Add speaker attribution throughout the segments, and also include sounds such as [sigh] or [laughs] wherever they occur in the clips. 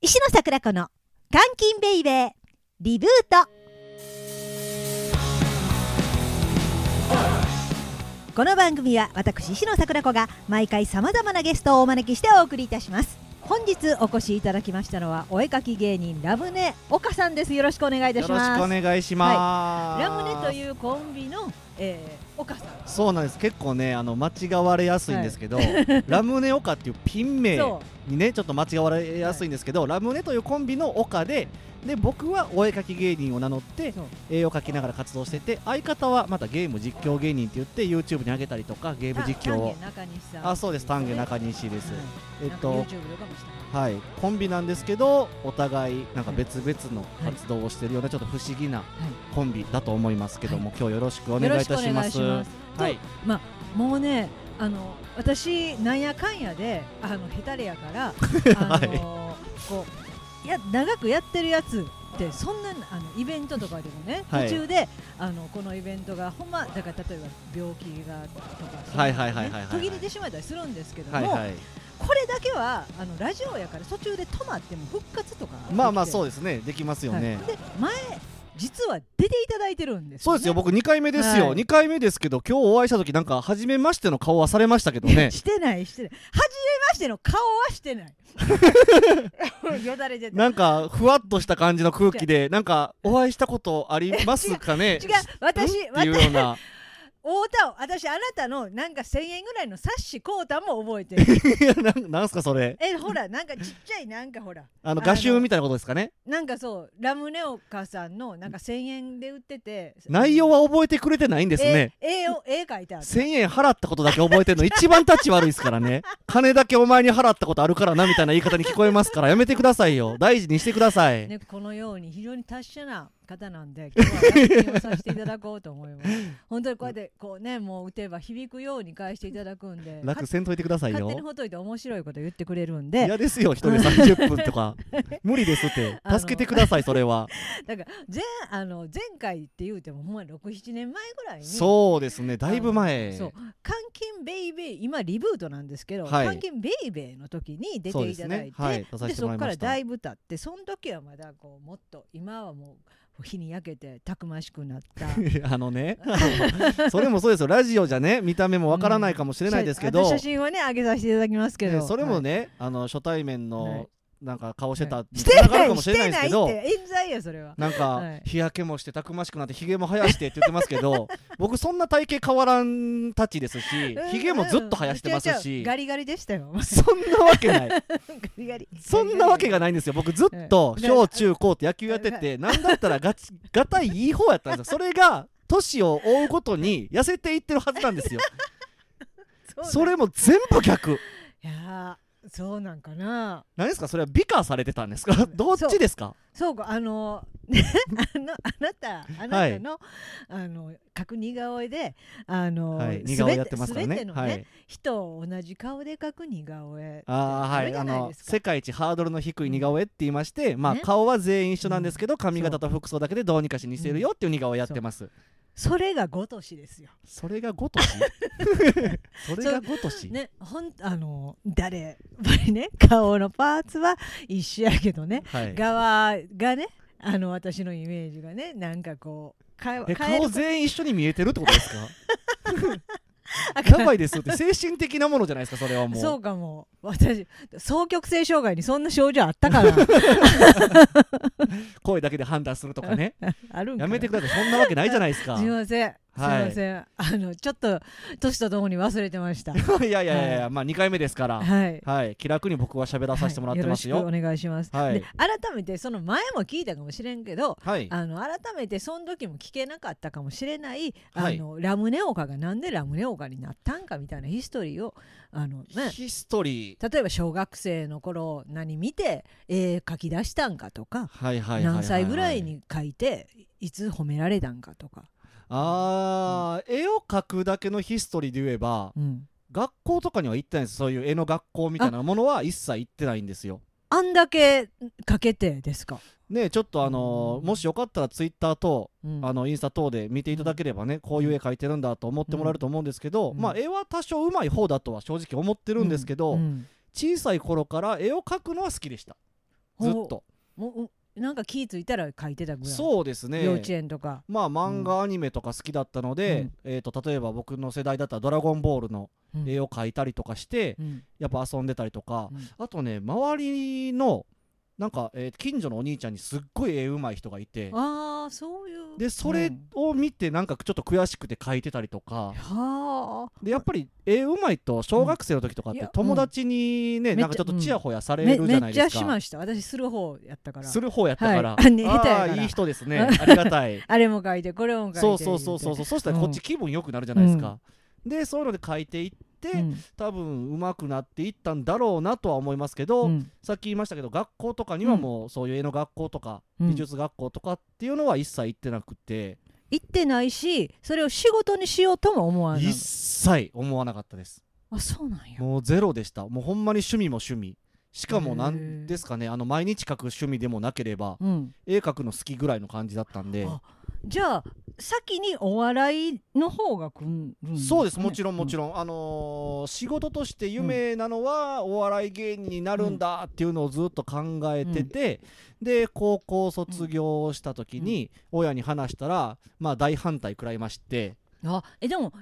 Speaker 1: 石野桜子の監禁ベイベーリブートこの番組は私石野桜子が毎回さまざまなゲストをお招きしてお送りいたします本日お越しいただきましたのはお絵かき芸人ラムネ岡さんですよろしくお願いいた
Speaker 2: よ
Speaker 1: し
Speaker 2: ろしく
Speaker 1: ま
Speaker 2: お
Speaker 1: す
Speaker 2: 願いします、
Speaker 1: ラムネと
Speaker 2: う
Speaker 1: いうコンビの、えー、岡さん
Speaker 2: そうなんです結構ねあの間違われやすいんですけど、ラムネオカっていうピン名
Speaker 1: そ
Speaker 2: にねちょっと間違われやすいんですけど、ラムネというコンビのオカでで僕はお絵描き芸人を名乗って
Speaker 1: そう
Speaker 2: 絵を描きながら活動してて相方はまたゲーム実況芸人って言って YouTube に上げたりとかゲーム実況を
Speaker 1: あ丹下中西さん
Speaker 2: あそうです丹下中西です、
Speaker 1: はい
Speaker 2: えっと
Speaker 1: なんか YouTube とかもした
Speaker 2: はいコンビなんですけどお互いなんか別々の活動をしてるようなちょっと不思議なコンビだと思いますけども、今日よろしくお願いいたし
Speaker 1: よろ
Speaker 2: ま
Speaker 1: し
Speaker 2: す
Speaker 1: くお願いします
Speaker 2: はい
Speaker 1: もうねあの私なんやかんやであのヘタレやから
Speaker 2: [laughs]
Speaker 1: あの、こういや長くやってるやつってそんなあのイベントとかでもね、
Speaker 2: はい
Speaker 1: 途中であのこのイベントがほんまだから例えば病気がとかそううのね
Speaker 2: はいはいはいはいはい
Speaker 1: 途切れてしまったりするんですけども、
Speaker 2: はいはい
Speaker 1: これだけはあのラジオやから途中で止まっても復活とか
Speaker 2: まあまあそう
Speaker 1: う
Speaker 2: ですねできます
Speaker 1: で
Speaker 2: よね、
Speaker 1: はいで前実は出ていただいてるんです
Speaker 2: そ
Speaker 1: よ、ね、
Speaker 2: うですよ僕2回目ですよ、
Speaker 1: はい
Speaker 2: 2回目ですけど今日お会いした時なんか初めましての顔はされましたけ
Speaker 1: [laughs]
Speaker 2: どね
Speaker 1: してないしてない初めましての顔はしてない [laughs] よだれ出た
Speaker 2: なんかふわっとした感じの空
Speaker 1: [laughs]
Speaker 2: 気でなんかお会いしたことありますかね
Speaker 1: 違う私
Speaker 2: んっていう
Speaker 1: 私
Speaker 2: ような
Speaker 1: 太田を私あなたのなんか1000円ぐらいのサッシコータも覚えて
Speaker 2: [laughs]
Speaker 1: る
Speaker 2: [laughs] いやなんなんすかそれ
Speaker 1: えほらなんかちっちゃいなんかほら
Speaker 2: あの
Speaker 1: あの
Speaker 2: 画集みたいなことですかね
Speaker 1: なんかそうラムネオカさんのなんか1000円で売ってて
Speaker 2: 内容は覚えてくれてないんですね、
Speaker 1: え絵を絵描いてある
Speaker 2: 1000円払ったことだけ覚えてるの一番タッチ悪いですか
Speaker 1: [laughs]
Speaker 2: らね金だけお前に払ったことあるからなみたいな言い方に聞こえますからやめてくださいよ大事にしてください、
Speaker 1: ね、このように非常に達者な方なんで今日はラジオをさせていただこうと思います本当にこうやってこうねもう打てば響くように返していただくん
Speaker 2: [laughs]
Speaker 1: で
Speaker 2: 楽せんといてください
Speaker 1: 勝手に
Speaker 2: よ
Speaker 1: ほっといて面白いこと言ってくれるんで
Speaker 2: 嫌ですよ一人30分
Speaker 1: [laughs]
Speaker 2: とか無理ですって
Speaker 1: あの
Speaker 2: 助けてくださいそれは
Speaker 1: だから前あの前回って言うてもほんま67年前ぐらいに
Speaker 2: そうですねだいぶ前
Speaker 1: そう監禁ベイベー今リブートなんですけど、
Speaker 2: はい
Speaker 1: 監禁ベイベーの時に出
Speaker 2: そう
Speaker 1: て
Speaker 2: で
Speaker 1: い
Speaker 2: す
Speaker 1: ただい
Speaker 2: ね
Speaker 1: て
Speaker 2: はい出させて
Speaker 1: そこ
Speaker 2: もらい
Speaker 1: か
Speaker 2: ま
Speaker 1: ら
Speaker 2: し
Speaker 1: だ
Speaker 2: た
Speaker 1: いぶ経ってその時はまだこうもっと今はもう日に焼けてたくましくなった
Speaker 2: [laughs] あのねあのそれもそうですよラジオじゃね見た目も [laughs] わからないかもしれないですけど、
Speaker 1: そうあと写真はね上げさせていただきますけど、
Speaker 2: ねそれも
Speaker 1: ね、
Speaker 2: ね、あの初対
Speaker 1: は
Speaker 2: 面
Speaker 1: い
Speaker 2: のなんか顔してたに
Speaker 1: して
Speaker 2: 繋が
Speaker 1: な
Speaker 2: るか
Speaker 1: い
Speaker 2: も
Speaker 1: し
Speaker 2: しれな
Speaker 1: てない
Speaker 2: いですけ
Speaker 1: っ
Speaker 2: ど
Speaker 1: て冤罪やそれは
Speaker 2: なんか、
Speaker 1: はい
Speaker 2: 日焼けもしてたくましくなってひげも生やしてって言ってますけど
Speaker 1: [laughs]
Speaker 2: 僕そんな体型変わらんたちですしひげもずっと生やしてます
Speaker 1: うん違う違
Speaker 2: し
Speaker 1: うガリガリでしたよ
Speaker 2: そんなわけない
Speaker 1: ガリガリ
Speaker 2: そんなわけ
Speaker 1: が
Speaker 2: がないんですよ僕ずっと
Speaker 1: うん
Speaker 2: 小中高って野球やっててなんだったらガチガタイいい方やったんですよそれが年を追うごとに痩せていってるはずなんで
Speaker 1: [laughs]
Speaker 2: すよそれも全部逆
Speaker 1: いやーそうなんかな
Speaker 2: 何ですかそれは美化されてたんですかどっちですか
Speaker 1: そうかあの [laughs] あのあなたあなたの、あの角似顔絵であの、
Speaker 2: はい似
Speaker 1: す
Speaker 2: 顔
Speaker 1: べ
Speaker 2: 絵やってますから
Speaker 1: すべ
Speaker 2: ね
Speaker 1: てのね、
Speaker 2: はい
Speaker 1: 人を同じ顔で描く似顔絵
Speaker 2: あー
Speaker 1: あ
Speaker 2: は
Speaker 1: れ
Speaker 2: い
Speaker 1: じゃ
Speaker 2: あ
Speaker 1: ない
Speaker 2: の
Speaker 1: ですか
Speaker 2: 世界一ハードルの低い似顔絵って言いまして、まあ
Speaker 1: ね
Speaker 2: 顔は全員一緒なんですけど、髪型と服装だけでどうにかし似せるよっていう似顔絵やってます、
Speaker 1: それがごとしですよ
Speaker 2: それがごとし
Speaker 1: [laughs]
Speaker 2: それがごとし、
Speaker 1: ねほんあの誰やっぱりね顔のパーツは一緒やけどね
Speaker 2: はい
Speaker 1: 側がねあの私のイメージがねなんかこう変え
Speaker 2: え
Speaker 1: 変え
Speaker 2: 顔
Speaker 1: る
Speaker 2: 全員一緒に見えてるってこ
Speaker 1: [laughs]
Speaker 2: とですか
Speaker 1: あかん
Speaker 2: やばいですよって精神的なものじゃないですかそれはもう
Speaker 1: そうかも私双極性障害にそんな症状あったから
Speaker 2: [laughs] 声だけで判断するとかね
Speaker 1: あるんかな
Speaker 2: やめてくださいそんなわけないじゃないで
Speaker 1: [laughs]
Speaker 2: すか
Speaker 1: すみません、
Speaker 2: はい
Speaker 1: すみませんあのちょっと年とともに忘れてました
Speaker 2: [laughs] いやいやいやいや、まあ2回目ですからはい、
Speaker 1: はい
Speaker 2: 気楽に僕は喋らさせてもらってます
Speaker 1: はい
Speaker 2: よ
Speaker 1: よろしくお願いします、
Speaker 2: はい
Speaker 1: で改めてその前も聞いたかもしれんけど
Speaker 2: はい、
Speaker 1: あの改めてその時も聞けなかったかもしれない、
Speaker 2: はい
Speaker 1: あのラムネオカがなんでラムネオカになったんかみたいなヒストリーをあの、ね、
Speaker 2: ヒストリー
Speaker 1: 例えば小学生の頃何見て絵描き出したんかとか
Speaker 2: はいはいはいはいはい
Speaker 1: 何歳ぐらいに描いていつ褒められたんかとか、
Speaker 2: あー、絵を描くだけのヒストリーで言えば
Speaker 1: うん、
Speaker 2: 学校とかには行ってないんですそういう絵の学校みたいなものは一切行ってないんですよ
Speaker 1: あんだけ描けてですか、
Speaker 2: ねえちょっとあのーもしよかったらツイッターと
Speaker 1: うん
Speaker 2: あのインスタ等で見ていただければねこういう絵描いてるんだと思ってもらえると思うんですけど、
Speaker 1: うん
Speaker 2: まあ絵は多少うまい方だとは正直思ってるんですけど、
Speaker 1: うんうん
Speaker 2: 小さい頃から絵を描くのは好きでしたずっと
Speaker 1: もううなんか気ぃついたら書いてたぐらい
Speaker 2: そうですね
Speaker 1: 幼稚園とか
Speaker 2: まあ漫画、アニメとか好きだったので、えー、と例えば僕の世代だったら「ドラゴンボール」の
Speaker 1: うん
Speaker 2: 絵を描いたりとかして、
Speaker 1: うん
Speaker 2: やっぱ遊んでたりとか、
Speaker 1: うん
Speaker 2: あとね周りのなんか、えー近所のお兄ちゃんにすっごい絵うまい人がいて
Speaker 1: ああそういう
Speaker 2: でそれ
Speaker 1: うん
Speaker 2: を見てなんかちょっと悔しくて描いてたりとか、
Speaker 1: は
Speaker 2: でやっぱり絵うまいと小学生の時とかっ
Speaker 1: うんい
Speaker 2: て
Speaker 1: や
Speaker 2: 友達にね、
Speaker 1: うん
Speaker 2: なんかちょっとちやほやさ
Speaker 1: あ
Speaker 2: れ
Speaker 1: め
Speaker 2: るじ
Speaker 1: め
Speaker 2: ゃな
Speaker 1: っ
Speaker 2: い
Speaker 1: ち
Speaker 2: で
Speaker 1: ゃ
Speaker 2: す
Speaker 1: し
Speaker 2: か
Speaker 1: ました私する方やったから
Speaker 2: する方やったか
Speaker 1: は
Speaker 2: ら、
Speaker 1: いあね下手や
Speaker 2: あ
Speaker 1: から
Speaker 2: ーいい人ですねあり
Speaker 1: [laughs]
Speaker 2: がたい
Speaker 1: あれも書いてこれも書いて
Speaker 2: そうそうそうそうそうそしたらこっち気分良くなるじゃないですか、でそういうので書いていって、
Speaker 1: 言うて
Speaker 2: 多分上手くなっていったんだろうなとは思いますけど、
Speaker 1: うんうん
Speaker 2: さっき言いましたけど学校とかにはもうそういう絵の学校とか、
Speaker 1: うん
Speaker 2: 美術学校とかっていうのは一切行ってなくて、
Speaker 1: 行ってないしそれを仕事にしようとも思わない
Speaker 2: 一切思わなかったです
Speaker 1: あそうなんや
Speaker 2: もうゼロでしたもうほんまに趣味も趣味しかも
Speaker 1: へ
Speaker 2: 何
Speaker 1: ー
Speaker 2: ですかねあの毎日描く趣味でもなければ
Speaker 1: うん
Speaker 2: 絵描くの好きぐらいの感じだったんで
Speaker 1: あじゃあ先にお笑いの方が来るんですね
Speaker 2: そうですもちろんもちろん、あのー仕事として夢なのはお笑い芸人になるんだっていうのをずっと考えてて、で高校卒業した時に親に話したら、まあ大反対食らいまして
Speaker 1: うんあえでも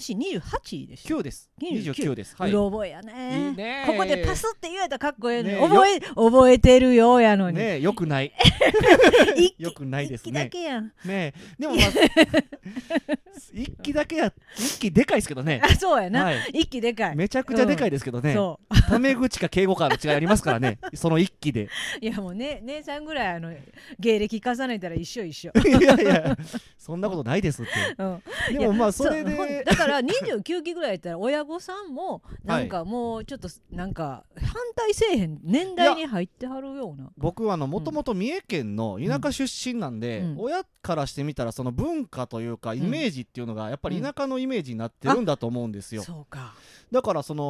Speaker 1: NSC28 でしょ
Speaker 2: 9です
Speaker 1: 29
Speaker 2: 29ですは
Speaker 1: う
Speaker 2: い
Speaker 1: ろ覚えやね
Speaker 2: いいね
Speaker 1: ここでパスって言えたらかっこええのに
Speaker 2: ね
Speaker 1: 覚え覚えてるようやのに、
Speaker 2: ねえよくない
Speaker 1: [laughs] 一
Speaker 2: よくないです
Speaker 1: 一気だ
Speaker 2: ね
Speaker 1: けやん
Speaker 2: ねえでも
Speaker 1: [laughs]
Speaker 2: まあ一気だけや一気でかいですけどね
Speaker 1: あそうやな、
Speaker 2: はい
Speaker 1: 一気でかい、
Speaker 2: めちゃくちゃでかいですけどね、
Speaker 1: そう
Speaker 2: タメ口か敬語かの違いありますからねその一
Speaker 1: [laughs]
Speaker 2: 気で
Speaker 1: いやもうね姉さんぐらいあの芸歴重ねたら一緒一緒、
Speaker 2: いやいや、そんなことないですって。
Speaker 1: うん、
Speaker 2: でもまあ、それ
Speaker 1: うほん
Speaker 2: で、
Speaker 1: だから29期ぐらいやったら親御さんもなんかもうちょっとなんか反対せえへん年代に入ってはるような
Speaker 2: 僕はもともと三重県の田舎出身なんで、
Speaker 1: うん
Speaker 2: 親からしてみたら、その文化というか、イメージっていうのが、やっぱり田舎のイメージになってるんだと思うんですよ。
Speaker 1: そうか
Speaker 2: だから、その、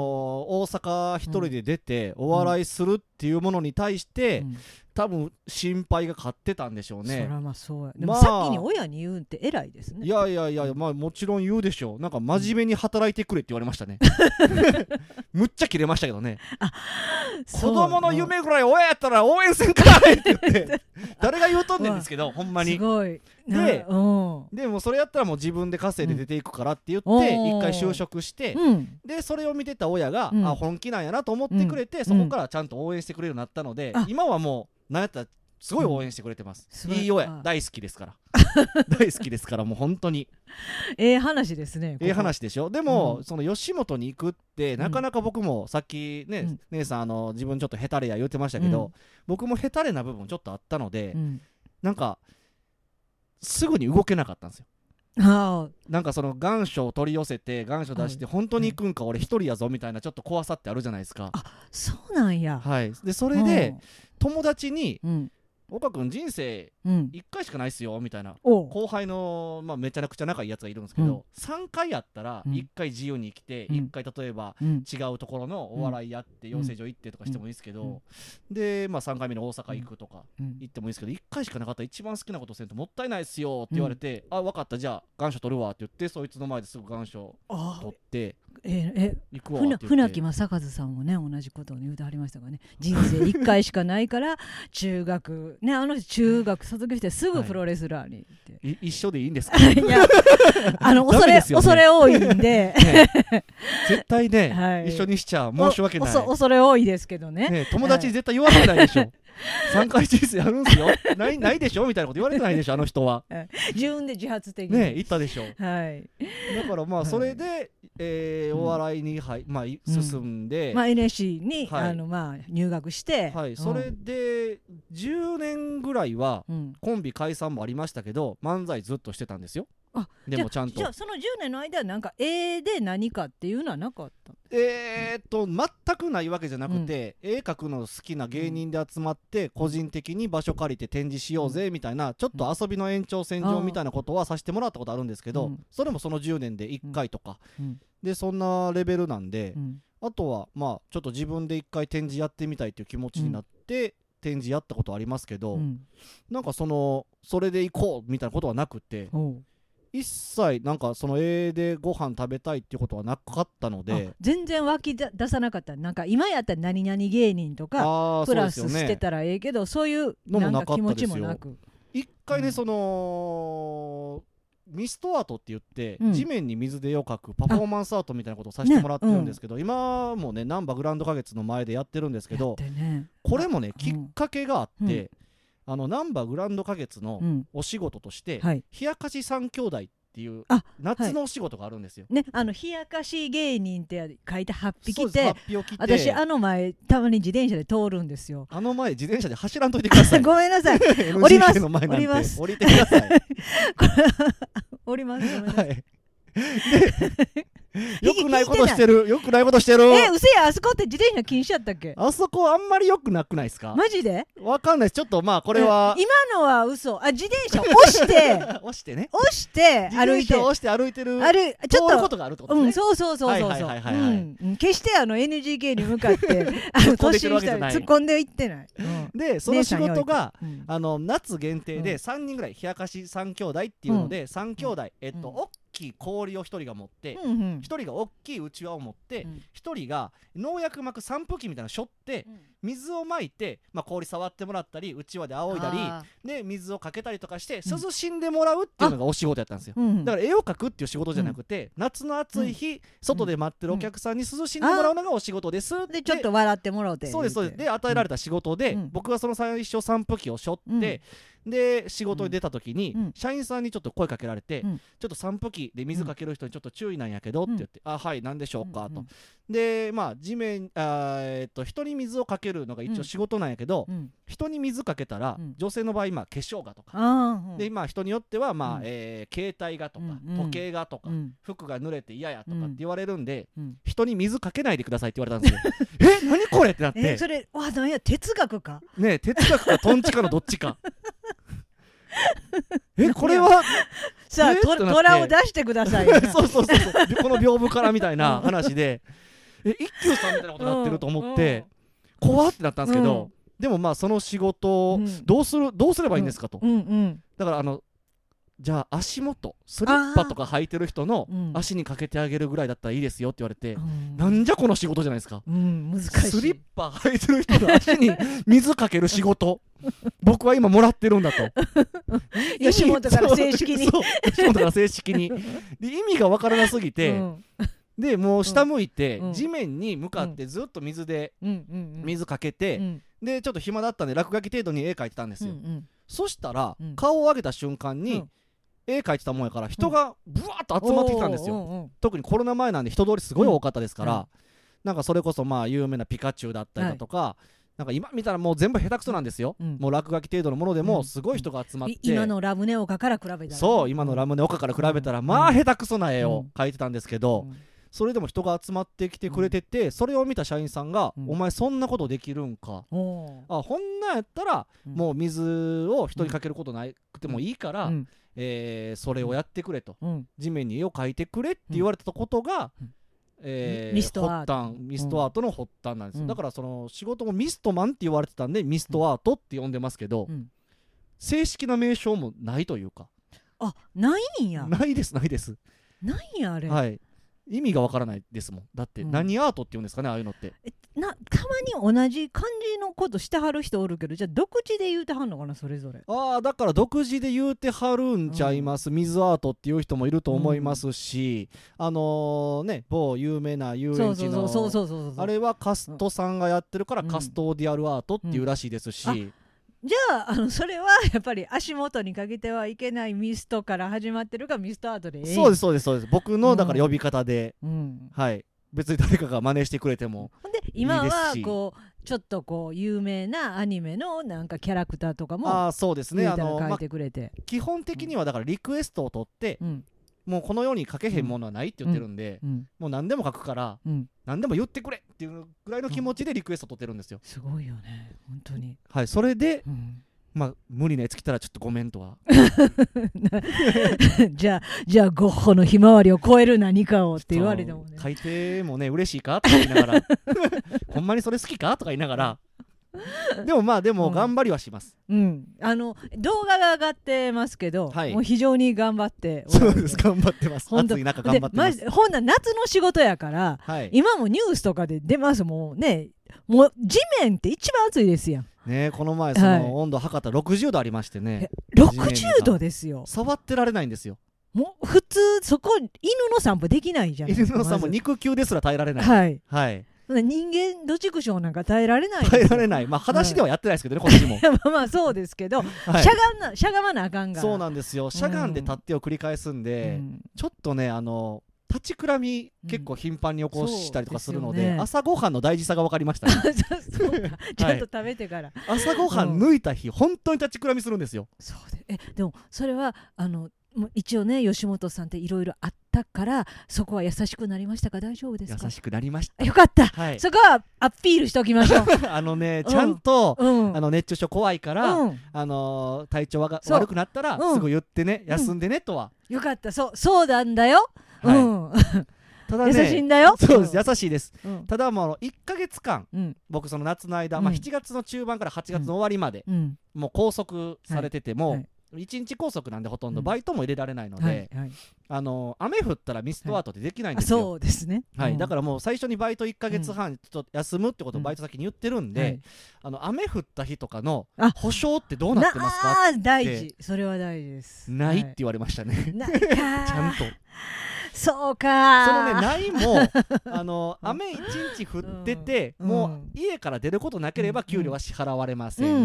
Speaker 2: 大阪一人で出て、お笑いするっていうものに対して、
Speaker 1: うん
Speaker 2: 多分、心配が勝ってたんでしょう
Speaker 1: そり
Speaker 2: ね。
Speaker 1: ゃまあそうやでも
Speaker 2: まあ
Speaker 1: 先に親に言うんって偉いですね
Speaker 2: いやいやいや、まあ、もちろん言うでしょう。なんか、真面目に働いてくれって言われまし
Speaker 1: [laughs]
Speaker 2: たね。 [laughs] むっちゃ切れましたけどね。子
Speaker 1: そう
Speaker 2: 供の夢ぐらい親やったら応援せんかいって言って [laughs] 誰が言うとんねんですけどほん
Speaker 1: う
Speaker 2: ま
Speaker 1: んす
Speaker 2: に
Speaker 1: ごいな
Speaker 2: で
Speaker 1: うんう
Speaker 2: でもそれやったらもう自分で稼いで出ていくからって言って
Speaker 1: うん
Speaker 2: 一回就職して
Speaker 1: ん
Speaker 2: でそれを見てた親が
Speaker 1: うん
Speaker 2: あ本気なんやなと思ってくれてそこからちゃんと応援してくれるようになったので
Speaker 1: あ
Speaker 2: 今はもうなんやったらすごい応援してくれてます
Speaker 1: うん素晴らしい
Speaker 2: いい親
Speaker 1: あ
Speaker 2: 大好きですから [laughs] 大好きですからもう本当に
Speaker 1: ええ話ですねここ
Speaker 2: ええ話でしょで
Speaker 1: う
Speaker 2: も
Speaker 1: ん
Speaker 2: その吉本に行くってなかなか僕もさっき
Speaker 1: う
Speaker 2: ね
Speaker 1: ん
Speaker 2: 姉さんあの自分ちょっとヘタレや言ってましたけ
Speaker 1: うん
Speaker 2: ど僕もヘタレな部分ちょっとあったので
Speaker 1: うん
Speaker 2: なんかすぐに動けなかったんですよ
Speaker 1: ああ
Speaker 2: なんかその願書を取り寄せて願書出して本当に行くんか俺一人やぞみたいなちょっと怖さってあるじゃないですか
Speaker 1: あそうなんや
Speaker 2: はいでそ
Speaker 1: そ
Speaker 2: れで友達に
Speaker 1: うん
Speaker 2: 「岡君人生
Speaker 1: うん
Speaker 2: 1回しかないっすよ」みたいな
Speaker 1: おう
Speaker 2: 後輩の、まあ、めちゃくちゃ仲いいやつがいるんですけど、3回やったら
Speaker 1: うん
Speaker 2: 1回自由に生きて、
Speaker 1: うん
Speaker 2: 1回例えば
Speaker 1: うん
Speaker 2: 違うところのお笑いやって養成所行ってとかしてもいいですけど、で、まあ、3回目の大阪行くとか
Speaker 1: うん
Speaker 2: 行ってもいいですけど1回しかなかったら一番好きなことせんともったいないっすよって言われて、あ分かったじゃあ願書取るわって言ってそいつの前ですぐ願書
Speaker 1: ああ
Speaker 2: 取って
Speaker 1: ええ
Speaker 2: 行くわ
Speaker 1: ふ
Speaker 2: って言
Speaker 1: な
Speaker 2: って
Speaker 1: 船木正和さんもね同じことを言うてはりましたからね人生1回しかないから [laughs] 中学ねあの人中学卒業してすぐプロレスラーにって、 [laughs]
Speaker 2: い一緒でいいんですか、
Speaker 1: い、やあの恐
Speaker 2: [laughs] ダメ
Speaker 1: れ、
Speaker 2: ですよね
Speaker 1: 恐れ多いんで
Speaker 2: ね絶対ね、
Speaker 1: [laughs] はい
Speaker 2: 一緒にしちゃ [laughs] 申し訳ない
Speaker 1: おそ恐れ多いですけどね
Speaker 2: ね、友達に絶対言われてないでしょ、3回人生やるんすよないないでしょみたいなこと言われてないでしょあの
Speaker 1: [laughs]
Speaker 2: 人は
Speaker 1: 自分で自発的に、
Speaker 2: ね言ったでしょ
Speaker 1: はい
Speaker 2: だからま
Speaker 1: はい
Speaker 2: あそれで、えー
Speaker 1: うん
Speaker 2: お笑いに、はいまあ、い
Speaker 1: うん
Speaker 2: 進んで、
Speaker 1: まあ、NSC に、
Speaker 2: はい
Speaker 1: あのまあ、入学して、
Speaker 2: はい、それで10年ぐらいは
Speaker 1: うん、うん
Speaker 2: コンビ解散もありましたけど漫才ずっとしてたんですよ
Speaker 1: あ
Speaker 2: でもちゃんと
Speaker 1: じゃあその10年の間はなんか絵で何かっていうのはなかった
Speaker 2: えー、っと全くないわけじゃなくて、絵描くの好きな芸人で集まって個人的に場所借りて展示しようぜみたいなちょっと遊びの延長線上みたいなことはさせてもらったことあるんですけど、
Speaker 1: うん
Speaker 2: それもその10年で1回とか、
Speaker 1: うん
Speaker 2: でそんなレベルなんで、
Speaker 1: うん
Speaker 2: あとはまあちょっと自分で1回展示やってみたいっていう気持ちになって。展示やったことありますけど、
Speaker 1: うん
Speaker 2: なんかそのそれで行こうみたいなことはなくて
Speaker 1: おう
Speaker 2: 一切なんかその絵でご飯食べたいっていうことはなかったので
Speaker 1: あ全然湧き出さなかったなんか今やったら何々芸人とか
Speaker 2: あー
Speaker 1: プ
Speaker 2: そう
Speaker 1: ラ
Speaker 2: ですよ
Speaker 1: スして
Speaker 2: ね
Speaker 1: たらええけどそういう
Speaker 2: のも
Speaker 1: なん
Speaker 2: なか
Speaker 1: か
Speaker 2: っ
Speaker 1: 気
Speaker 2: た
Speaker 1: 持
Speaker 2: です
Speaker 1: ち
Speaker 2: よ
Speaker 1: もなく
Speaker 2: 一回
Speaker 1: うん
Speaker 2: ねそのミストアートって言って、
Speaker 1: うん
Speaker 2: 地面に水で絵を描くパフォーマンスアートみたいなことをさせてもらってるんですけど、今もねなんばグランド花月の前でやってるんですけ
Speaker 1: やっ
Speaker 2: ど
Speaker 1: てね
Speaker 2: これもね
Speaker 1: うん
Speaker 2: きっかけがあっ
Speaker 1: う
Speaker 2: て、あのなんばグランド花月の
Speaker 1: うん
Speaker 2: お仕事として、
Speaker 1: はい
Speaker 2: 冷やかし三兄弟っていう
Speaker 1: あ
Speaker 2: 夏のお仕事があるんですよ。
Speaker 1: ねあの冷やかし芸人って書いて8
Speaker 2: そう
Speaker 1: 匹
Speaker 2: です
Speaker 1: で
Speaker 2: ハッピーを着て
Speaker 1: 私あの前たまに自転車で通るんですよ
Speaker 2: あの前自転車で走らんといてください。
Speaker 1: [laughs] ごめんなさい
Speaker 2: [laughs] NGK
Speaker 1: 降ります
Speaker 2: の前なんて
Speaker 1: 降ります
Speaker 2: 降りてくだ
Speaker 1: [laughs]
Speaker 2: さい。
Speaker 1: おり
Speaker 2: [laughs]
Speaker 1: ますごめんなさ
Speaker 2: はいい。
Speaker 1: [laughs] い
Speaker 2: で、よくないことしてる。よくないことしてる。
Speaker 1: えうせやあそこって自転車禁止やったっけ
Speaker 2: あそこあんまり良くなくないですか
Speaker 1: マジで
Speaker 2: わかんないです。ちょっとまあこれは
Speaker 1: え今のは嘘あ自転車押して
Speaker 2: [laughs] 押してね。
Speaker 1: 押して歩い
Speaker 2: 自転
Speaker 1: て
Speaker 2: 車を押して歩いてる。
Speaker 1: あるちょ
Speaker 2: 通る
Speaker 1: っ
Speaker 2: こととがあるってこと
Speaker 1: う
Speaker 2: で
Speaker 1: ん、
Speaker 2: すね。
Speaker 1: そうそうそうそう
Speaker 2: はい
Speaker 1: そう
Speaker 2: はいはいはいはい
Speaker 1: うん決してあの NGK に向かって
Speaker 2: [laughs]
Speaker 1: あの
Speaker 2: 突っ込んで
Speaker 1: 突進し
Speaker 2: いってるわけじ
Speaker 1: た
Speaker 2: ゃ
Speaker 1: り
Speaker 2: ない
Speaker 1: 突っ込んでいってない、うん
Speaker 2: で、その仕事が。
Speaker 1: うん
Speaker 2: あの夏限定
Speaker 1: う
Speaker 2: で
Speaker 1: ん
Speaker 2: 3人ぐらい冷やかし三兄弟っていうので三兄弟えっと
Speaker 1: うん
Speaker 2: 大きい氷を1人が持って
Speaker 1: うんうん
Speaker 2: 1人が大きいうちわを持って
Speaker 1: うん
Speaker 2: 1人が農薬巻く散布機みたいなのしょって水をまいてまあ氷触ってもらったりうちわで仰いだり
Speaker 1: あ
Speaker 2: で水をかけたりとかして涼しんでもらうっていうのがお仕事やったんですよ
Speaker 1: ーうん
Speaker 2: だから絵を描くっていう仕事じゃなくて、夏の暑い日、外で待ってるお客さんに涼しんでもらうのがお仕事ですって、
Speaker 1: でちょっと笑ってもろうて
Speaker 2: そうですそうですで与えられた仕事で、
Speaker 1: うん
Speaker 2: 僕はその最初散布機を背負って、で仕事に出た時に、
Speaker 1: うん
Speaker 2: 社員さんにちょっと声かけられて、
Speaker 1: うん
Speaker 2: ちょっと散布機で水かける人にちょっと注意なんやけどって言って、あはい何でしょうかと、
Speaker 1: うん
Speaker 2: でまあ地面あーえっと人に水をかけるのが一応仕事なんやけど、
Speaker 1: うんうん
Speaker 2: 人に水かけたら、
Speaker 1: うん
Speaker 2: 女性の場合今化粧がとか、
Speaker 1: あーうん
Speaker 2: でまあ人によっては、まあ
Speaker 1: うん
Speaker 2: えー携帯がとか、
Speaker 1: うんうん
Speaker 2: 時計がとか、
Speaker 1: うん
Speaker 2: 服が濡れて嫌やと
Speaker 1: うん
Speaker 2: かって言われるんで、
Speaker 1: うん
Speaker 2: 人に水かけないでくださいって言われたん
Speaker 1: [laughs]
Speaker 2: ですよえ何これってなっ
Speaker 1: え
Speaker 2: て
Speaker 1: それわなんや哲学か
Speaker 2: ねえ哲学かトンチかのどっちかえこれは
Speaker 1: さ
Speaker 2: え
Speaker 1: あ
Speaker 2: ーっ
Speaker 1: と
Speaker 2: となって
Speaker 1: 虎を出してください
Speaker 2: [laughs] そうそうそうそうこの屏風からみたいな話でえ一休さんみたいなことになってると思って、怖ってなったんですけど、
Speaker 1: うん
Speaker 2: でもまあその仕事を
Speaker 1: うん
Speaker 2: どうするどうすればいいんですかと、
Speaker 1: うんうん
Speaker 2: だからあのじゃあ足元スリッパとか履いてる人の
Speaker 1: うん
Speaker 2: 足にかけてあげるぐらいだったらいいですよって言われて、
Speaker 1: うん
Speaker 2: なんじゃこの仕事じゃないですか
Speaker 1: うん難しい
Speaker 2: スリッパ履いてる人の足に水かける仕事僕は今もらってるんだと
Speaker 1: 吉本から正式に
Speaker 2: そうそう吉本から正式
Speaker 1: [laughs]
Speaker 2: にで意味がわからなすぎて、
Speaker 1: うん
Speaker 2: でもう下向いて、
Speaker 1: うん
Speaker 2: 地面に向かってずっと水で
Speaker 1: うんうん
Speaker 2: 水かけて、
Speaker 1: うん
Speaker 2: でちょっと暇だったんで落書き程度に絵描いてたんで
Speaker 1: う
Speaker 2: す
Speaker 1: んう
Speaker 2: よ、
Speaker 1: ん
Speaker 2: そしたら、
Speaker 1: うん
Speaker 2: 顔を上げた瞬間
Speaker 1: う
Speaker 2: に、
Speaker 1: ん
Speaker 2: 絵描いてたもんやから人がブワーッと集まってきたんですよ、
Speaker 1: おーおーおー
Speaker 2: 特にコロナ前なんで人通りすごい多かったですから、
Speaker 1: うんうん
Speaker 2: なんかそれこそまあ有名なピカチュウだったりだとか、なんか今見たらもう全部下手くそなんですよ、
Speaker 1: うん
Speaker 2: もう落書き程度のもので
Speaker 1: うん
Speaker 2: もすごい人が集まって、
Speaker 1: い今のラムネオカから比べたら
Speaker 2: そう今のラムネ岡から比べたら
Speaker 1: うん
Speaker 2: まあ下手くそな絵
Speaker 1: う
Speaker 2: を
Speaker 1: ん
Speaker 2: 描いてたんですけど、
Speaker 1: うん
Speaker 2: それでも人が集まってきてくれてて、それを見た社員さんが「
Speaker 1: うん
Speaker 2: お前そんなことできるんか」
Speaker 1: おー
Speaker 2: あほんなんやったら
Speaker 1: うん
Speaker 2: もう水を人にかけることなくてもいいから、
Speaker 1: うん
Speaker 2: えーそれをやってくれと
Speaker 1: うん
Speaker 2: 地面に絵を描いてくれって言われたことが、
Speaker 1: うん
Speaker 2: えー
Speaker 1: ミミストアート
Speaker 2: 発端ミストアートの発端なんですよ、
Speaker 1: うん
Speaker 2: だからその仕事もミストマンって言われてたんでミストアートって呼んでますけど、
Speaker 1: うん
Speaker 2: 正式な名称もないというか
Speaker 1: あないんや
Speaker 2: ないですないです、
Speaker 1: ないんやあれ
Speaker 2: はい、意味がわからないですもんだって
Speaker 1: うん
Speaker 2: 何アートって言うんですかねああいうのって
Speaker 1: えなたまに同じ漢字のことしてはる人おるけどじゃあ独自で言うてはんのかなそれぞれ
Speaker 2: ああだから独自で言うてはるんちゃいます、水アートっていう人もいると思いますし、あのーね某有名な遊園地
Speaker 1: そ
Speaker 2: の
Speaker 1: うそうそうそうそうそうそう
Speaker 2: あれはカストさんがやってるから、
Speaker 1: うん
Speaker 2: カストーディアルアートっていうらしいですし、
Speaker 1: うんじゃああのそれはやっぱり足元にかけてはいけないミストから始まってるがミストアートでええんや
Speaker 2: そうですそうですそうです僕
Speaker 1: う
Speaker 2: の
Speaker 1: ん
Speaker 2: だから呼び方で、
Speaker 1: うん
Speaker 2: はい別に誰かが真似してくれても
Speaker 1: ほんで今はい
Speaker 2: いですし
Speaker 1: こうちょっとこう有名なアニメのなんかキャラクターとかも
Speaker 2: ああそうです
Speaker 1: 言
Speaker 2: ね
Speaker 1: う
Speaker 2: あ
Speaker 1: たら
Speaker 2: の、ま
Speaker 1: 書い
Speaker 2: あ
Speaker 1: てくれて、
Speaker 2: 基本的にはだからリクエストを取って、
Speaker 1: うん
Speaker 2: もうこの世に書けへんものはないって言ってるんで、
Speaker 1: うん
Speaker 2: もう何でも書くから
Speaker 1: うん、
Speaker 2: 何でも言ってくれっていうぐらいの気持ちでリクエスト取ってるんですよ、
Speaker 1: すごいよね本当に、
Speaker 2: はいそれで
Speaker 1: うん、
Speaker 2: まあ無理なやつ来たらちょっとごめんとは
Speaker 1: [laughs] じゃあじゃあゴッホのひまわりを超える何かをって言われてもね
Speaker 2: [laughs] 書いてもね嬉しいかとか言いながらほんまにそれ好きかとか言いながら [laughs] でもまあで
Speaker 1: う
Speaker 2: も
Speaker 1: ん
Speaker 2: 頑張りはします、
Speaker 1: うん、あの動画が上がってますけど、
Speaker 2: はい
Speaker 1: もう非常に頑張っておられ
Speaker 2: [laughs] [laughs] そう
Speaker 1: る
Speaker 2: です頑張ってます
Speaker 1: 本当
Speaker 2: 暑い中頑張ってま
Speaker 1: ですマジほんなら夏の仕事やから
Speaker 2: はいね
Speaker 1: 今もニュースとかで出ますもうねもう地面って一番暑いですやん
Speaker 2: えこの前そ
Speaker 1: はい
Speaker 2: の温度測ったら60度ありましてね
Speaker 1: 60度ですよ
Speaker 2: 触ってられないんですよ
Speaker 1: もう普通そこ犬の散歩できないじゃない
Speaker 2: 犬のさんも
Speaker 1: まず
Speaker 2: 肉球ですら耐えられない
Speaker 1: はい
Speaker 2: はい
Speaker 1: ほんなら人間どちくしょうなんか耐えられない
Speaker 2: 耐えられ
Speaker 1: な
Speaker 2: ないまあ裸足ではやってないですけどねこっちも
Speaker 1: い [laughs] まあまあそうですけど、
Speaker 2: [laughs] はい
Speaker 1: しゃがんなしゃがまなあかんが
Speaker 2: そうなんですよしゃがんで立ってを繰り返すんで、
Speaker 1: うん [laughs]
Speaker 2: ちょっとねあの立ちくらみ
Speaker 1: うん
Speaker 2: 結構頻繁に起こしたりとかするので,、
Speaker 1: そうですよね
Speaker 2: 朝ごはんの大事さが分かり
Speaker 1: [laughs]
Speaker 2: ましたね、
Speaker 1: そうそうかちゃんと食べてから、
Speaker 2: 朝ごはん抜いた日、本当に立ちくらみするんですよ
Speaker 1: そうでえでもそれはあのもう一応ね吉本さんっていろいろあったからそこは優しくなりましたか大丈夫ですか
Speaker 2: 優しくなりまし
Speaker 1: あよかった、
Speaker 2: たはい
Speaker 1: そこはアピールしておきましょう、
Speaker 2: [laughs] あのね
Speaker 1: うん
Speaker 2: ちゃんと、 [laughs]
Speaker 1: うん、
Speaker 2: あの熱中症怖いから、
Speaker 1: うん、
Speaker 2: あのー体調わが
Speaker 1: そう
Speaker 2: 悪くなったら、
Speaker 1: うん
Speaker 2: すぐ言ってね
Speaker 1: ん
Speaker 2: 休んでねとは、
Speaker 1: よかったそうそうなんだよ、
Speaker 2: はい
Speaker 1: うん、
Speaker 2: ただ
Speaker 1: 優
Speaker 2: ね
Speaker 1: しいんだよ
Speaker 2: そうです優しいです
Speaker 1: うん
Speaker 2: ただもう1か月間
Speaker 1: うん
Speaker 2: 僕その夏の間、まあ、
Speaker 1: うん
Speaker 2: 7月の中盤から8月の終わりまで、
Speaker 1: うん
Speaker 2: もう拘束されてても、
Speaker 1: はいはい
Speaker 2: 一日拘束なんでほとんど
Speaker 1: うん
Speaker 2: バイトも入れられないので、
Speaker 1: はいはい
Speaker 2: あの雨降ったらミストアートってできないん
Speaker 1: あ
Speaker 2: ですよ、
Speaker 1: そうですね
Speaker 2: はいだかららもう最初にバイト1か月半ちょっと休むってこと
Speaker 1: う
Speaker 2: を
Speaker 1: ん
Speaker 2: バイト先に言ってるんで、
Speaker 1: はい
Speaker 2: あの雨降った日とかの
Speaker 1: あ
Speaker 2: 保証ってどうなってますか
Speaker 1: あー大事それは大事です
Speaker 2: ない
Speaker 1: は
Speaker 2: って言われましたね、
Speaker 1: ないか
Speaker 2: ちゃんと
Speaker 1: そうか
Speaker 2: そのねないも
Speaker 1: [laughs]
Speaker 2: あの雨一日降ってて、
Speaker 1: うん
Speaker 2: もう家から出ることなければ給料は支払われません、
Speaker 1: うんう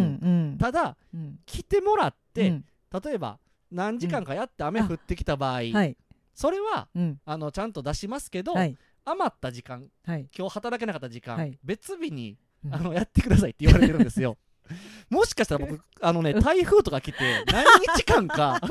Speaker 1: ん
Speaker 2: ただ
Speaker 1: うん
Speaker 2: 来てもらって、
Speaker 1: うん
Speaker 2: 例えば何時間かやって雨
Speaker 1: うん
Speaker 2: 降ってきた場合、
Speaker 1: はい
Speaker 2: それは
Speaker 1: うん
Speaker 2: あのちゃんと出しますけど、
Speaker 1: はい
Speaker 2: 余った時間
Speaker 1: はい
Speaker 2: 今日働けなかった時間、
Speaker 1: はい
Speaker 2: 別日に
Speaker 1: うん
Speaker 2: あのやってくださいって言われてる
Speaker 1: [laughs]
Speaker 2: んですよ。もしかしたら僕あのね台風とか来て何日間
Speaker 1: [laughs]
Speaker 2: かあ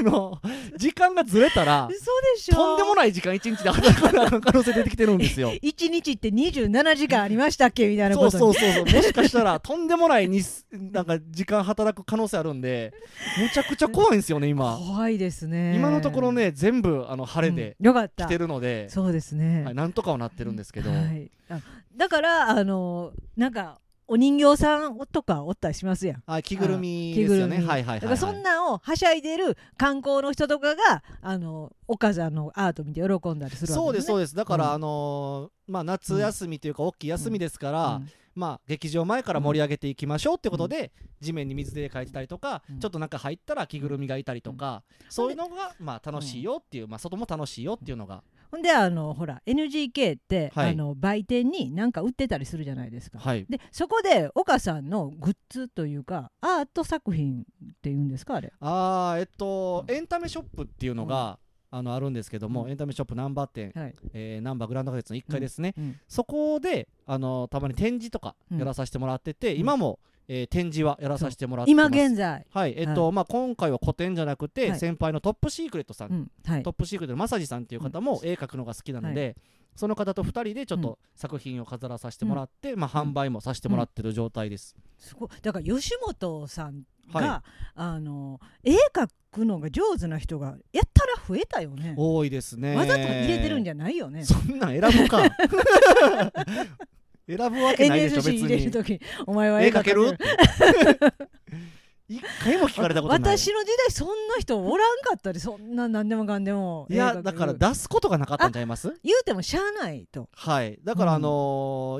Speaker 2: の時間がずれたら
Speaker 1: 嘘でしょ
Speaker 2: とんでもない時間一日で働かな可能性出てきてるんですよ。
Speaker 1: 一日って27時間ありましたっけみ [laughs] たいな
Speaker 2: そ
Speaker 1: こ
Speaker 2: う
Speaker 1: と
Speaker 2: そううそうそうもしかしたらとんでもないになんか時間働く可能性あるんでむちゃくちゃ怖いんですよね今。
Speaker 1: 怖いですね
Speaker 2: 今のところね全部あの晴れで
Speaker 1: うんよかった
Speaker 2: 来てるので、
Speaker 1: そうですね、
Speaker 2: はい、なんとかはなってるんですけど、
Speaker 1: はいあだからあのなんかお人形さんとかおったりしますやん
Speaker 2: あ着ぐるみ
Speaker 1: 着
Speaker 2: で
Speaker 1: ぐ
Speaker 2: す
Speaker 1: る
Speaker 2: よ
Speaker 1: み、
Speaker 2: ねはいはいはい、はい、
Speaker 1: だからそんなんをはしゃいでる観光の人とかがあの岡山のアート見て喜んだりする
Speaker 2: そ
Speaker 1: わ
Speaker 2: う
Speaker 1: け
Speaker 2: で
Speaker 1: ですすね
Speaker 2: そうですだから、
Speaker 1: うん
Speaker 2: あのーまあ、夏休みというか大きい休みですから、
Speaker 1: うん
Speaker 2: まあ、劇場前から盛り上げていきましょうってことで、地面に水で描いてたりとか、
Speaker 1: うん
Speaker 2: ちょっと中入ったら着ぐるみがいたりとか、そういうのが、まあ、楽しいよっていう、まあ、外も楽しいよっていうのが、
Speaker 1: ほんであのほら NGK って、
Speaker 2: は
Speaker 1: あ
Speaker 2: い
Speaker 1: の売店に何か売ってたりするじゃないですか、
Speaker 2: はい
Speaker 1: でそこで岡さんのグッズというかアート作品っていうんですかあれ
Speaker 2: あーえっと
Speaker 1: うん
Speaker 2: エンタメショップっていうのが、あのあるんですけども、
Speaker 1: うん
Speaker 2: エンタメショップナンバー店、
Speaker 1: はい
Speaker 2: えー、ナンバーグランド花月の1階ですね、
Speaker 1: うん
Speaker 2: そこで、あのーたまに展示とか
Speaker 1: うん
Speaker 2: やらさせてもらってて、
Speaker 1: うん
Speaker 2: 今も、えー展示はやらさせてもらってま
Speaker 1: 今
Speaker 2: す
Speaker 1: 現在、
Speaker 2: はいえっとまあ、今回は古典じゃなくて、
Speaker 1: はい
Speaker 2: 先輩のトップシークレットさん、
Speaker 1: うんはい
Speaker 2: トップシークレットのマサジさんっていう方も絵描くのが好きなので、その方と2人でちょっと作品を飾らさせてもらって、まあ、販売もさせてもらってる状態です。
Speaker 1: すごいだから吉本さんが、
Speaker 2: は
Speaker 1: あの絵描くのが上手な人がやったら増えたよね
Speaker 2: 多いですね。
Speaker 1: わざと入れてるんじ
Speaker 2: ゃ
Speaker 1: ゃないよね
Speaker 2: そんなん
Speaker 1: [laughs]
Speaker 2: 選ぶか選ぶわけないでしょ別
Speaker 1: NSC 入れる
Speaker 2: に。
Speaker 1: 時お前は
Speaker 2: 絵描ける
Speaker 1: る
Speaker 2: って
Speaker 1: [laughs]
Speaker 2: 一回も聞かれたことない。
Speaker 1: 私の時代そんな人おらんかったでそんな何でもかんでも
Speaker 2: い
Speaker 1: 絵描
Speaker 2: や
Speaker 1: く
Speaker 2: だから出すことがなかったんちゃいます
Speaker 1: 言うてもしゃあないと
Speaker 2: はい、だから、
Speaker 1: うん
Speaker 2: あの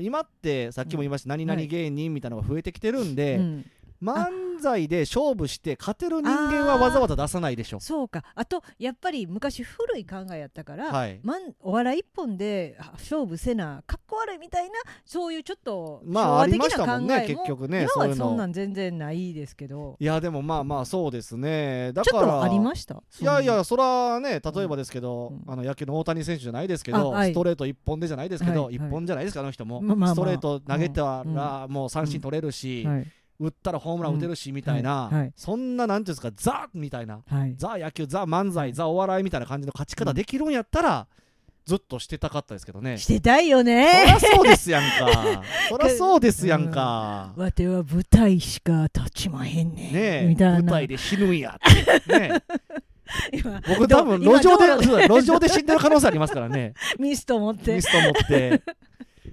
Speaker 2: ー今ってさっきも言いました、何々芸人みたいなのが増えてきてるんで、
Speaker 1: うん
Speaker 2: 漫才で勝負して勝てる人間はわざわざ出さないでしょ。
Speaker 1: そうかあとやっぱり昔古い考えやったから、
Speaker 2: はい
Speaker 1: まんお笑い一本であ勝負せなかっこ悪いみたいなそういうちょっと
Speaker 2: まあ
Speaker 1: 昭和的な
Speaker 2: ありましたもんね
Speaker 1: 考え
Speaker 2: 結局ね
Speaker 1: 今
Speaker 2: そうい
Speaker 1: は
Speaker 2: うの
Speaker 1: そんなん全然ないですけど
Speaker 2: いやでもまあまあそうですねだ
Speaker 1: ち
Speaker 2: か
Speaker 1: ょ
Speaker 2: ら
Speaker 1: っとありました
Speaker 2: いや
Speaker 1: そ
Speaker 2: い
Speaker 1: んな
Speaker 2: やそらね例えばですけ
Speaker 1: う
Speaker 2: ど、
Speaker 1: ん
Speaker 2: あの野球の大谷選手じゃないですけ
Speaker 1: あ
Speaker 2: ど、
Speaker 1: はい
Speaker 2: ストレート一本でじゃないですけど、
Speaker 1: はい
Speaker 2: 一本じゃないですかあの人も、
Speaker 1: まあまあ
Speaker 2: ストレート投げた
Speaker 1: うん
Speaker 2: らもう三振取れるし、
Speaker 1: はい
Speaker 2: 打ったらホームラン打てるしみたいな、
Speaker 1: はいはい
Speaker 2: そんななんていうんですかザみたいな
Speaker 1: はい
Speaker 2: ザ野球ザ漫才ザお笑いみたいな感じの勝ち方できるんやったら、ずっとしてたかったですけどね。
Speaker 1: してたいよ
Speaker 2: そり
Speaker 1: ね
Speaker 2: ゃそうですや
Speaker 1: [laughs]
Speaker 2: んか。そりゃそうですやんか。
Speaker 1: わては舞台しか立ちまへんねん
Speaker 2: ねえ、
Speaker 1: みたいな
Speaker 2: 舞台で死ぬんやっ
Speaker 1: [laughs]
Speaker 2: て。ねえ
Speaker 1: 今
Speaker 2: 僕多分路
Speaker 1: ど
Speaker 2: 上
Speaker 1: 今道路 [laughs]
Speaker 2: で、そうだ路上で死んでる可能性ありますからね。
Speaker 1: ミスト持って
Speaker 2: ミスト持って。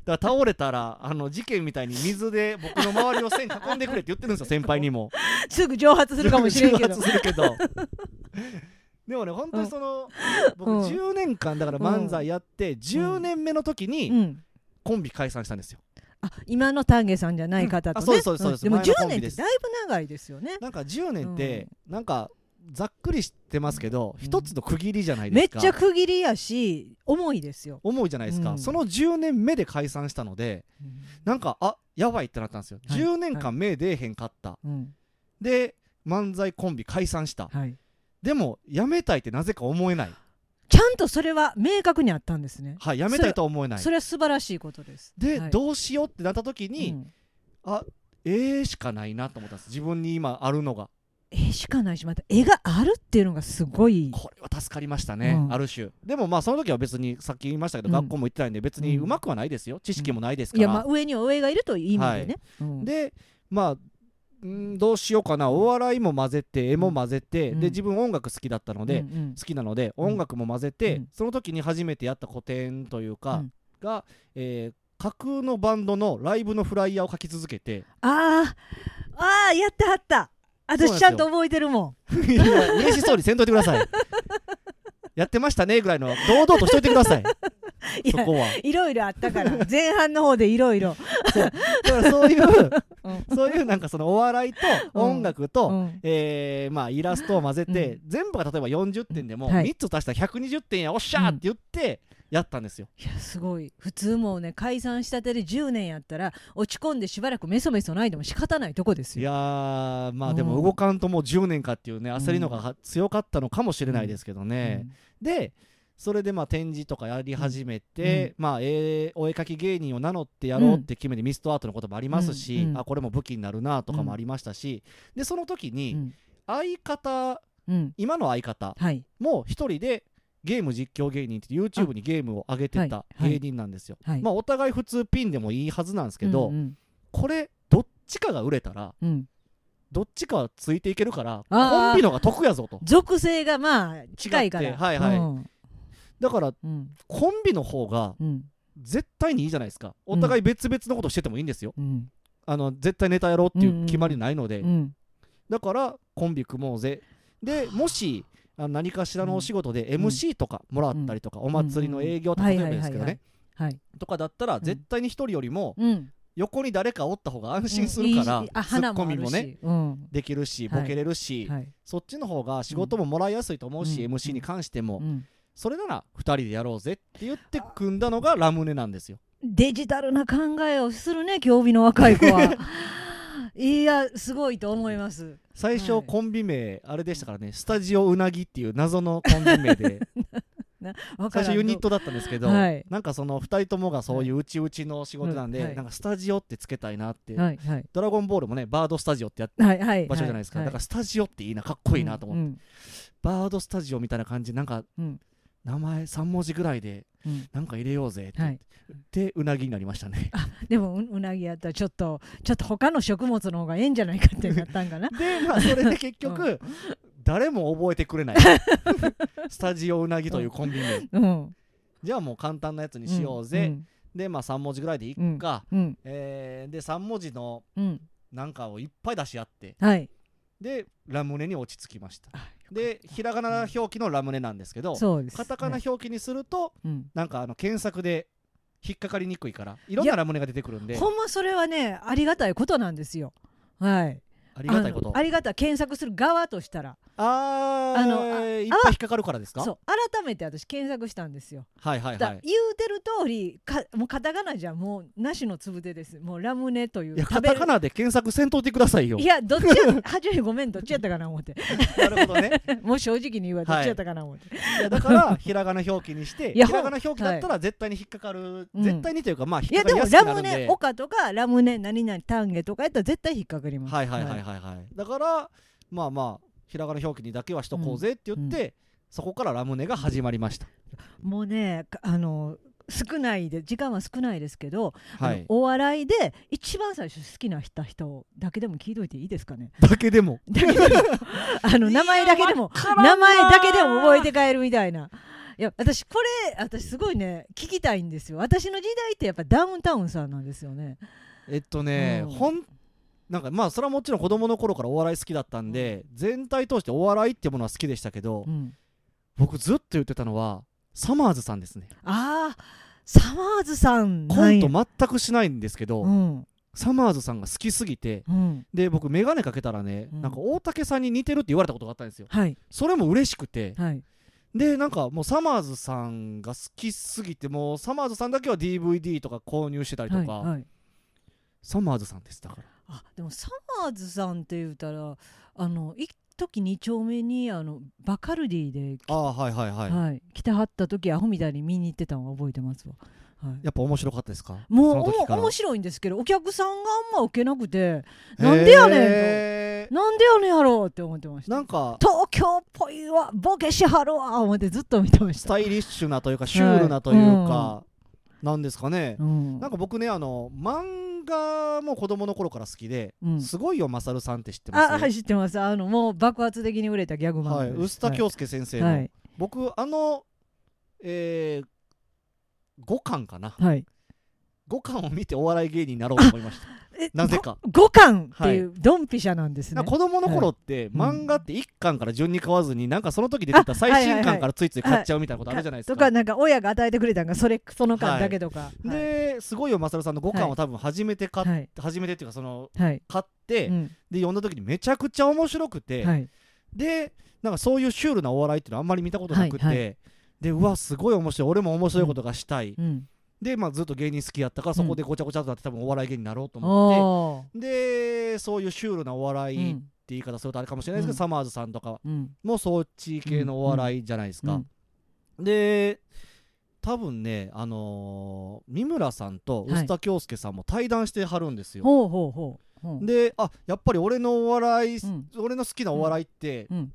Speaker 2: だから倒れたらあの事件みたいに水で僕の周りを線囲んでくれって言ってるんですよ先輩にも。
Speaker 1: すぐ蒸発するかもしれんけど
Speaker 2: 蒸発するけど [laughs] でもね本当にその、僕
Speaker 1: うん
Speaker 2: 10年間だから漫才やって、10年目の時
Speaker 1: う
Speaker 2: に
Speaker 1: ん
Speaker 2: コンビ解散したんですよ。
Speaker 1: あ今の丹下さんじゃない方とね、
Speaker 2: うんあそうですそうですそうです
Speaker 1: んも
Speaker 2: 前の
Speaker 1: 10
Speaker 2: コン
Speaker 1: 年
Speaker 2: ビ
Speaker 1: って
Speaker 2: です
Speaker 1: だいぶ長いですよね
Speaker 2: なんか10年って、なんかざっくりしてますけど、
Speaker 1: うん
Speaker 2: 一つの区切りじゃないで
Speaker 1: めっ
Speaker 2: すか。
Speaker 1: ちゃ区切りやし重いですよ、
Speaker 2: 思うじゃないですか、
Speaker 1: うん
Speaker 2: その10年目で解散したのでなんかあやばいってなったんですよ、
Speaker 1: はい
Speaker 2: 10年間目出えへんかった、
Speaker 1: うん
Speaker 2: で漫才コンビ解散した、
Speaker 1: はい、
Speaker 2: でもやめたいってなぜか思えない
Speaker 1: ちゃんとそれは明確にあったんですね、
Speaker 2: はいやめたいとは思えない
Speaker 1: それは素晴らしいことです
Speaker 2: で、
Speaker 1: はい
Speaker 2: どうしようってなった時に、
Speaker 1: うん
Speaker 2: あえー、しかないなと思ったんです自分に今あるのが
Speaker 1: 絵しかないしまた絵があるっていうのがすごい
Speaker 2: これは助かりましたね、
Speaker 1: うん
Speaker 2: ある種でもまあその時は別にさっき言いましたけ
Speaker 1: う
Speaker 2: ど、
Speaker 1: ん
Speaker 2: 学校も行ってないんで別にうまくはないですよ知識もないですか
Speaker 1: い
Speaker 2: ら、
Speaker 1: やまあ上には上がいるという意味でね、うん
Speaker 2: でまあうんどうしようかなお笑いも混ぜて絵も混ぜて、
Speaker 1: うん
Speaker 2: で自分音楽好きだったので、
Speaker 1: うんうん
Speaker 2: 好きなので音楽も混ぜて、
Speaker 1: うん
Speaker 2: その時に初めてやった古典という
Speaker 1: う
Speaker 2: か、
Speaker 1: ん
Speaker 2: が、えー架空のバンドのライブのフライヤーを書き続けて
Speaker 1: あーあーやってはった
Speaker 2: そうなんです
Speaker 1: 私
Speaker 2: よ
Speaker 1: ちゃんと覚えてるもん
Speaker 2: いや [laughs] 名刺そうにせんといてくださいやってましたねぐらいの堂々としといてくだ
Speaker 1: [laughs]
Speaker 2: さい
Speaker 1: い
Speaker 2: そ
Speaker 1: や
Speaker 2: こはい
Speaker 1: ろいろあったから前半の方でいろいろ
Speaker 2: だからそういう
Speaker 1: うん
Speaker 2: そういうなんかそのお笑いと音楽と、
Speaker 1: うん
Speaker 2: えーまあ、イラストを混ぜて、
Speaker 1: う
Speaker 2: 全部が例えば40点でも、
Speaker 1: はい
Speaker 2: 3つ足したら120点やおっしゃーって言ってやったんですよ、
Speaker 1: いやすごい普通もうね解散したてで10年やったら落ち込んでしばらくメソメソないでも仕方ないとこです
Speaker 2: い
Speaker 1: よ
Speaker 2: やーま
Speaker 1: う
Speaker 2: あ
Speaker 1: ん
Speaker 2: でも動かんともう10年かっていうね
Speaker 1: ん
Speaker 2: 焦りのが強かったのかもしれないですけどね、でそれでまあ展示とかやり始めて、まあえーお絵描き芸人を名乗ってやろうって決めてミストアートのこともありますし、
Speaker 1: うんうん
Speaker 2: あこれも武器になるなとかもありましたし、でその時
Speaker 1: う
Speaker 2: に
Speaker 1: ん
Speaker 2: 相方
Speaker 1: うんうん
Speaker 2: 今の相方
Speaker 1: はい
Speaker 2: もう一人でゲーム実況芸人って YouTube にゲームを上げてた
Speaker 1: はい
Speaker 2: 芸人なんですよ、
Speaker 1: はい
Speaker 2: まあお互い普通ピンでもいいはずなんですけど、
Speaker 1: うん
Speaker 2: これどっちかが売れたら
Speaker 1: うんうん
Speaker 2: どっちかはついていけるから
Speaker 1: あー
Speaker 2: コンビのが得やぞと
Speaker 1: 属性がまあ近いから
Speaker 2: 違ってはいはい
Speaker 1: うん
Speaker 2: だから
Speaker 1: うん
Speaker 2: コンビの方が
Speaker 1: うん
Speaker 2: 絶対にいいじゃないですかお互い別々のことしててもいいんですよ、
Speaker 1: うん
Speaker 2: あの絶対ネタやろうっていう決まりないので、
Speaker 1: うん
Speaker 2: だからコンビ組もうぜでもしあの何かしらのお仕事で
Speaker 1: うん
Speaker 2: MC とかもらったりとか、お祭りの営業
Speaker 1: う
Speaker 2: と
Speaker 1: ん
Speaker 2: か
Speaker 1: はいは
Speaker 2: 例えば
Speaker 1: いはい
Speaker 2: ですけどね、
Speaker 1: はい
Speaker 2: とかだったら
Speaker 1: ん
Speaker 2: 絶対に一人よりも
Speaker 1: うん
Speaker 2: 横に誰かおった方が安心するから、
Speaker 1: うんいいしあ
Speaker 2: ツッ
Speaker 1: 花
Speaker 2: コ
Speaker 1: もあ
Speaker 2: ミ
Speaker 1: る
Speaker 2: もね
Speaker 1: しうん
Speaker 2: できるし
Speaker 1: はい
Speaker 2: ボケれるし、
Speaker 1: はい
Speaker 2: そっちの方が仕事ももらいやすいと思うし、
Speaker 1: うん
Speaker 2: MC に関しても、
Speaker 1: うん
Speaker 2: それなら2人でやろうぜって言って組んだのがラムネなんですよ。
Speaker 1: デジタルな考えをするね競技の若い子は
Speaker 2: [laughs]
Speaker 1: いやすごいと思います
Speaker 2: 最
Speaker 1: は
Speaker 2: 初
Speaker 1: い
Speaker 2: コンビ名あれでしたからね、スタジオうなぎっていう謎のコンビ
Speaker 1: [laughs]
Speaker 2: 名で
Speaker 1: わか
Speaker 2: 最
Speaker 1: らん
Speaker 2: 初ユニットだったんですけど、
Speaker 1: はい
Speaker 2: なんかその2人ともがそういううちうちの仕事なんで、
Speaker 1: はいはい
Speaker 2: なんかスタジオってつけたいなって、
Speaker 1: はいはい
Speaker 2: ドラゴンボールもねバードスタジオってやっ
Speaker 1: はいはい
Speaker 2: 場所じゃないですか、
Speaker 1: は
Speaker 2: だからスタジオっていいなかっこいいなと思って。
Speaker 1: うん
Speaker 2: バードスタジオみたいな感じなんか
Speaker 1: うん
Speaker 2: 名前3文字ぐらいで
Speaker 1: うんうん
Speaker 2: なんか入れようぜって言
Speaker 1: は
Speaker 2: っ
Speaker 1: い
Speaker 2: て、でうなぎになりましたね
Speaker 1: でもううなぎやったらちょっとちょっと他の食物の方がええんじゃないかってなったん
Speaker 2: [laughs]
Speaker 1: かな
Speaker 2: でまあそれ
Speaker 1: [laughs]
Speaker 2: で結局、誰も覚えてくれないスタジオうなぎというコンビ名、
Speaker 1: うん
Speaker 2: じゃあもう簡単なやつにしようぜ、でまあ3文字ぐらいでいっか、
Speaker 1: うんうん
Speaker 2: えーで3文字の
Speaker 1: うん
Speaker 2: なんかをいっぱい出し合って
Speaker 1: はい
Speaker 2: でラムネに落ち着きました
Speaker 1: あよかった
Speaker 2: でひらがな表記のラムネなんですけど
Speaker 1: そうです
Speaker 2: カタカナ
Speaker 1: はい
Speaker 2: 表記にすると、
Speaker 1: うん
Speaker 2: なんかあの検索で引っかかりにくいからいろんなラムネが出てくるんで
Speaker 1: ほんまそれはねありがたいことなんですよはい
Speaker 2: あ
Speaker 1: あ
Speaker 2: りがたいこと
Speaker 1: のありがたい検索する側としたら
Speaker 2: あー
Speaker 1: あのあ
Speaker 2: いっぱい引っかかるからですか
Speaker 1: そう改めて私検索したんですよ
Speaker 2: はいはいは
Speaker 1: だ
Speaker 2: い
Speaker 1: 言うてる通りかもうカタカナじゃもうなしのつぶてですもうラムネという
Speaker 2: いや
Speaker 1: 食
Speaker 2: カ
Speaker 1: べる
Speaker 2: タカナで検索せんといてくださいよ
Speaker 1: いやどっちや初めごめんどっちやったかな思って
Speaker 2: なるほどね
Speaker 1: もう正直に言うわど
Speaker 2: はい
Speaker 1: っちやったかな思
Speaker 2: [laughs]
Speaker 1: って、
Speaker 2: いやだからひらがな表記にして
Speaker 1: い
Speaker 2: ひ
Speaker 1: や
Speaker 2: らがな表記だったら絶対に引っかかる、
Speaker 1: うん
Speaker 2: 絶対にというかまあ引
Speaker 1: い、
Speaker 2: っ
Speaker 1: や
Speaker 2: かか
Speaker 1: でも
Speaker 2: りやすく
Speaker 1: ラ
Speaker 2: なる
Speaker 1: ム
Speaker 2: んで
Speaker 1: ネ岡とかラムネ何々丹下とかやったら絶対引っかかります
Speaker 2: はいはいはいはいはい、だからまあまあひらがな表記にだけはしとこうぜって言って、そこからラムネが始まりました、
Speaker 1: もうねかあの少ないで時間は少ないですけど、あ
Speaker 2: は
Speaker 1: の
Speaker 2: い
Speaker 1: お笑いで一番最初好きな人人だけでも聞いといていいですかね [laughs]
Speaker 2: だけでも [laughs]
Speaker 1: だけでもあの名前だけでも名前だけでも覚えて帰るみたいないや私これ私すごいね聞きたいんですよ私の時代ってやっぱダウンタウンさんなんですよね
Speaker 2: えっとね、
Speaker 1: うん
Speaker 2: ほんなんかまあそれはもちろん子供の頃からお笑い好きだったんで、全体通してお笑いってものは好きでしたけど、
Speaker 1: うん
Speaker 2: 僕ずっと言ってたのはサマーズさんですね
Speaker 1: あーサマーズさん
Speaker 2: コント
Speaker 1: も
Speaker 2: 全くしないんですけど、
Speaker 1: うん
Speaker 2: サマーズさんが好きすぎて
Speaker 1: うん
Speaker 2: で僕眼鏡かけたらね、
Speaker 1: うん
Speaker 2: なんか大竹さんに似てるって言われたことがあったんですよ
Speaker 1: はい
Speaker 2: それも嬉しくて
Speaker 1: はい
Speaker 2: でなんかもうサマーズさんが好きすぎてもうサマーズさんだけは DVD とか購入してたりと
Speaker 1: はい
Speaker 2: か、
Speaker 1: はい
Speaker 2: サマーズさんですだから
Speaker 1: あでもサマーズさんって言うたらあの一時二丁目にあのバカルディで
Speaker 2: ああはいはいは、
Speaker 1: はいい、来てはった時アホみたいに見に行ってたのは覚えてますわ、はい、
Speaker 2: やっぱ面白かったですか
Speaker 1: も
Speaker 2: そうの
Speaker 1: お
Speaker 2: 時
Speaker 1: も
Speaker 2: から
Speaker 1: 面白いんですけどお客さんがあんま受けなくてなんでやねんと
Speaker 2: へー
Speaker 1: なんでやねんやろうって思ってました
Speaker 2: なんか
Speaker 1: 東京っぽいわボケしはるわ思ってずっと見てまし
Speaker 2: ス
Speaker 1: た、
Speaker 2: タイリッシュなというかシュールなという
Speaker 1: は
Speaker 2: か、なんですかね、
Speaker 1: うん
Speaker 2: なんか僕ねあの漫画も子供の頃から好きで、
Speaker 1: うん
Speaker 2: すごいよマサルさんって知ってます
Speaker 1: あはい知ってますあのもう爆発的に売れたギャグマン
Speaker 2: はい、臼田
Speaker 1: 京
Speaker 2: 恭介先生の、
Speaker 1: はい
Speaker 2: 僕あのえ5巻かな
Speaker 1: はい、はい、
Speaker 2: 5巻を見てお笑い芸人になろうと思い
Speaker 1: [laughs]
Speaker 2: ました
Speaker 1: え
Speaker 2: なぜか
Speaker 1: ご五巻っていうドンピシャなんですね、
Speaker 2: なんか子供の頃って、
Speaker 1: うん
Speaker 2: 漫画って1巻から順に買わずになんかその時出てた最新巻からついつい買っちゃうみたいなことあるじゃないです
Speaker 1: と
Speaker 2: か。
Speaker 1: かなんか親が与えてくれたんがそれその間だけとか、はい
Speaker 2: ですごいよマサルさんの5巻を多分初めて買っ、
Speaker 1: はい
Speaker 2: 初めてっていうかその
Speaker 1: はい、
Speaker 2: 買って、
Speaker 1: うん
Speaker 2: で読んだ時にめちゃくちゃ面白くて、
Speaker 1: はい
Speaker 2: でなんかそういうシュールなお笑いっていうのはあんまり見たことなくて、
Speaker 1: はいは
Speaker 2: でうわすごい面白い俺も面白いことがしたい、
Speaker 1: うん、
Speaker 2: で、まあ、ずっと芸人好きやったからそこでごちゃごちゃとなって多分お笑い芸人になろうと思
Speaker 1: お
Speaker 2: って、でそういうシュールなお笑
Speaker 1: ー
Speaker 2: いっ
Speaker 1: う
Speaker 2: て
Speaker 1: ん
Speaker 2: 言い方するとあれかもしれないですけ
Speaker 1: う
Speaker 2: ど、
Speaker 1: ん
Speaker 2: サマーズさんとか
Speaker 1: うん
Speaker 2: もそう地域系のお笑いじゃないですか。
Speaker 1: うん
Speaker 2: で多分ね、あのー三村さんと
Speaker 1: はい
Speaker 2: 臼田恭介さんも対談してはるんですよ。
Speaker 1: ほうほうほうほう
Speaker 2: であやっぱり俺のお笑い、
Speaker 1: うん
Speaker 2: 俺の好きなお笑いって
Speaker 1: うん、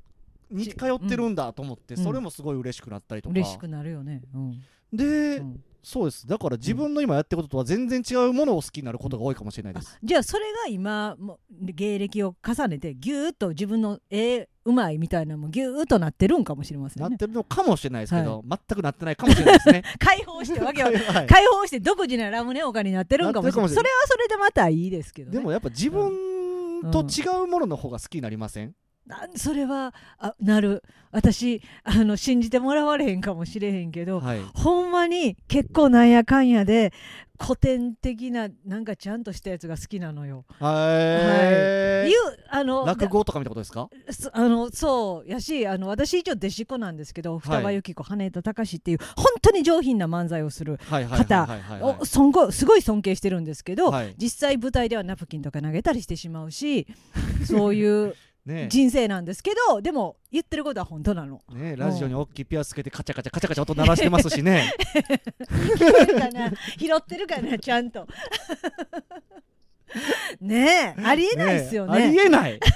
Speaker 2: 似通ってるんだと思って、
Speaker 1: うん
Speaker 2: それもすごい嬉しくなったりとか、
Speaker 1: 嬉しくなるよね、うん
Speaker 2: で、
Speaker 1: うん
Speaker 2: そうですだから自分の今やってることとは全然違うものを好きになることが多いかもしれないです、
Speaker 1: じゃあそれが今も芸歴を重ねてぎゅーっと自分のえーうまいみたいなのもぎゅーっとなってるんかもしれません
Speaker 2: なっ
Speaker 1: ね
Speaker 2: てるのかもしれないですけど、全くなってないかもしれないです
Speaker 1: [laughs]
Speaker 2: ね
Speaker 1: 解放してわけは
Speaker 2: [laughs] はい
Speaker 1: 解放して独自なラムネオカになってるんかもしれない
Speaker 2: なってるかもしれ
Speaker 1: そ
Speaker 2: な
Speaker 1: れはそれでまたいいですけど、ね、
Speaker 2: でもやっぱ自分と違うものの方が好きになりません、
Speaker 1: なんそれはあなる私あの信じてもらわれへんかもしれへんけど、
Speaker 2: はい
Speaker 1: ほんまに結構なんやかんやで古典的ななんかちゃんとしたやつが好きなのよ。
Speaker 2: へー
Speaker 1: いうあの
Speaker 2: 落語とかみたいなことですか
Speaker 1: だそあのそうやしあの私一応弟子っ子なんですけど双葉由紀子羽田隆っていう本当に上品な漫才をする、
Speaker 2: はいはいはいはいはい
Speaker 1: おそんごすごい尊敬してるんですけど、
Speaker 2: はい
Speaker 1: 実際舞台ではナプキンとか投げたりしてしまう
Speaker 2: [laughs]
Speaker 1: しそういう
Speaker 2: ね
Speaker 1: 人生なんですけどでも言ってることは本当なの。
Speaker 2: えねえラジオに大きいピアスつけてカチャカチャカチャカチャ音鳴らしてますしね
Speaker 1: 拾ってるかな拾ってるかなちゃんと [laughs] ねえあ [laughs] りえないですよね
Speaker 2: えありえない [laughs]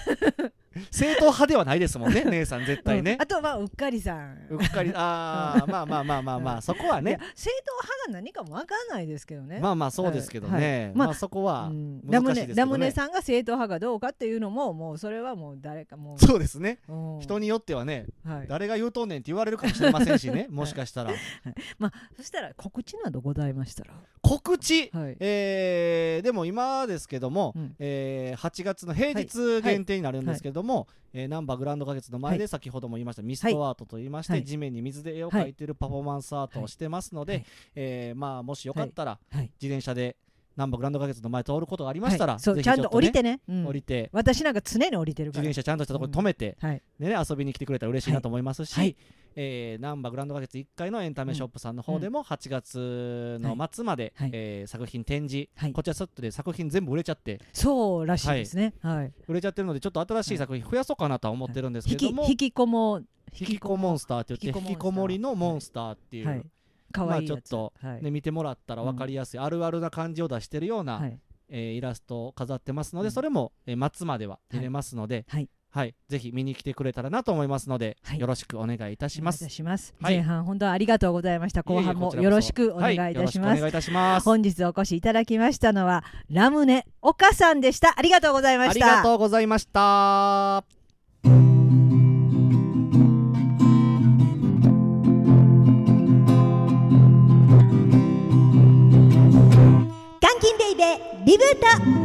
Speaker 2: 正統派ではないですもんね姉さん絶対
Speaker 1: う
Speaker 2: ね
Speaker 1: んあとはうっかりさん
Speaker 2: うっかりああまあまあまあまあまあそこはい
Speaker 1: や
Speaker 2: ね
Speaker 1: 正統派が何かもわかんないですけどね、
Speaker 2: まあまあそうですけど
Speaker 1: はいは
Speaker 2: ね
Speaker 1: いまあ
Speaker 2: まあそこは
Speaker 1: うんラム
Speaker 2: 難しい
Speaker 1: ネ
Speaker 2: ですけ
Speaker 1: ラ
Speaker 2: ど
Speaker 1: ムネ
Speaker 2: ね
Speaker 1: さんが正統派がどうかっていうのももうそれはもう誰かもう
Speaker 2: そうですね
Speaker 1: うん
Speaker 2: 人によってはね
Speaker 1: はい、
Speaker 2: 誰が言うとんねんって言われるかもしれませんしねもしかしたら
Speaker 1: まあそしたら告知などございましたら
Speaker 2: 告知
Speaker 1: はい
Speaker 2: えーでも今ですけども、
Speaker 1: うん
Speaker 2: えー8月の平日限定になるんですけども、えーナンバーグランド花月の前
Speaker 1: は
Speaker 2: で先ほども言いました、ミストアートと言いまして、
Speaker 1: はい
Speaker 2: 地面に水で絵を
Speaker 1: はい
Speaker 2: 描いてるパフォーマンスアートをしてますので、
Speaker 1: はい
Speaker 2: えーまあ、もしよかったら、
Speaker 1: はい
Speaker 2: 自転車でナンバーグランド花月の前通ることがありましたら、
Speaker 1: はいそう
Speaker 2: ぜひ
Speaker 1: ちゃんと降り
Speaker 2: ちょっとね
Speaker 1: てね、うん
Speaker 2: 降りて
Speaker 1: 私なんか常に降りてる
Speaker 2: 自
Speaker 1: から
Speaker 2: 転車ちゃんとしたところに止めて、
Speaker 1: はい
Speaker 2: でね、遊びに来てくれたら嬉しいなと思いますし、
Speaker 1: はいはい
Speaker 2: えーナンバーグランド花月1階のエンタメショップさんの方でも8月の末まで、
Speaker 1: はいはい
Speaker 2: えー作品展示、
Speaker 1: はい
Speaker 2: こちらちょっとで作品全部売れちゃって
Speaker 1: そうらしいですねはい、
Speaker 2: 売れちゃってるのでちょっと新しい作品増やそうかなとは思ってるんですけ
Speaker 1: 引き
Speaker 2: ども、
Speaker 1: 引きこも
Speaker 2: 引きこモンスターって言って
Speaker 1: 引きこモンスター
Speaker 2: 引きこもりのモンスターっていう、
Speaker 1: はい可愛いやつ、
Speaker 2: まあちょっ
Speaker 1: と、はい
Speaker 2: ね、見てもらったら分かりやすい、あるあるな感じを出してるような、
Speaker 1: はい
Speaker 2: えーイラストを飾ってますので、
Speaker 1: うん
Speaker 2: それも、えー末までは見れますので、
Speaker 1: はい
Speaker 2: ぜひ見に来てくれたらなと思いますので、
Speaker 1: はい
Speaker 2: よろしくお願いいたし
Speaker 1: お願
Speaker 2: ま
Speaker 1: いい
Speaker 2: す
Speaker 1: た。します、
Speaker 2: はい
Speaker 1: 前半本当はありがとうございました後半もよろしくお願いいたしま
Speaker 2: はい、よろしくお
Speaker 1: す、
Speaker 2: 願いいたします。
Speaker 1: 本日お越しいただきましたのはラムネ岡さんでしたありがとうございま
Speaker 2: あ
Speaker 1: し
Speaker 2: り
Speaker 1: た
Speaker 2: がとうございました。
Speaker 1: た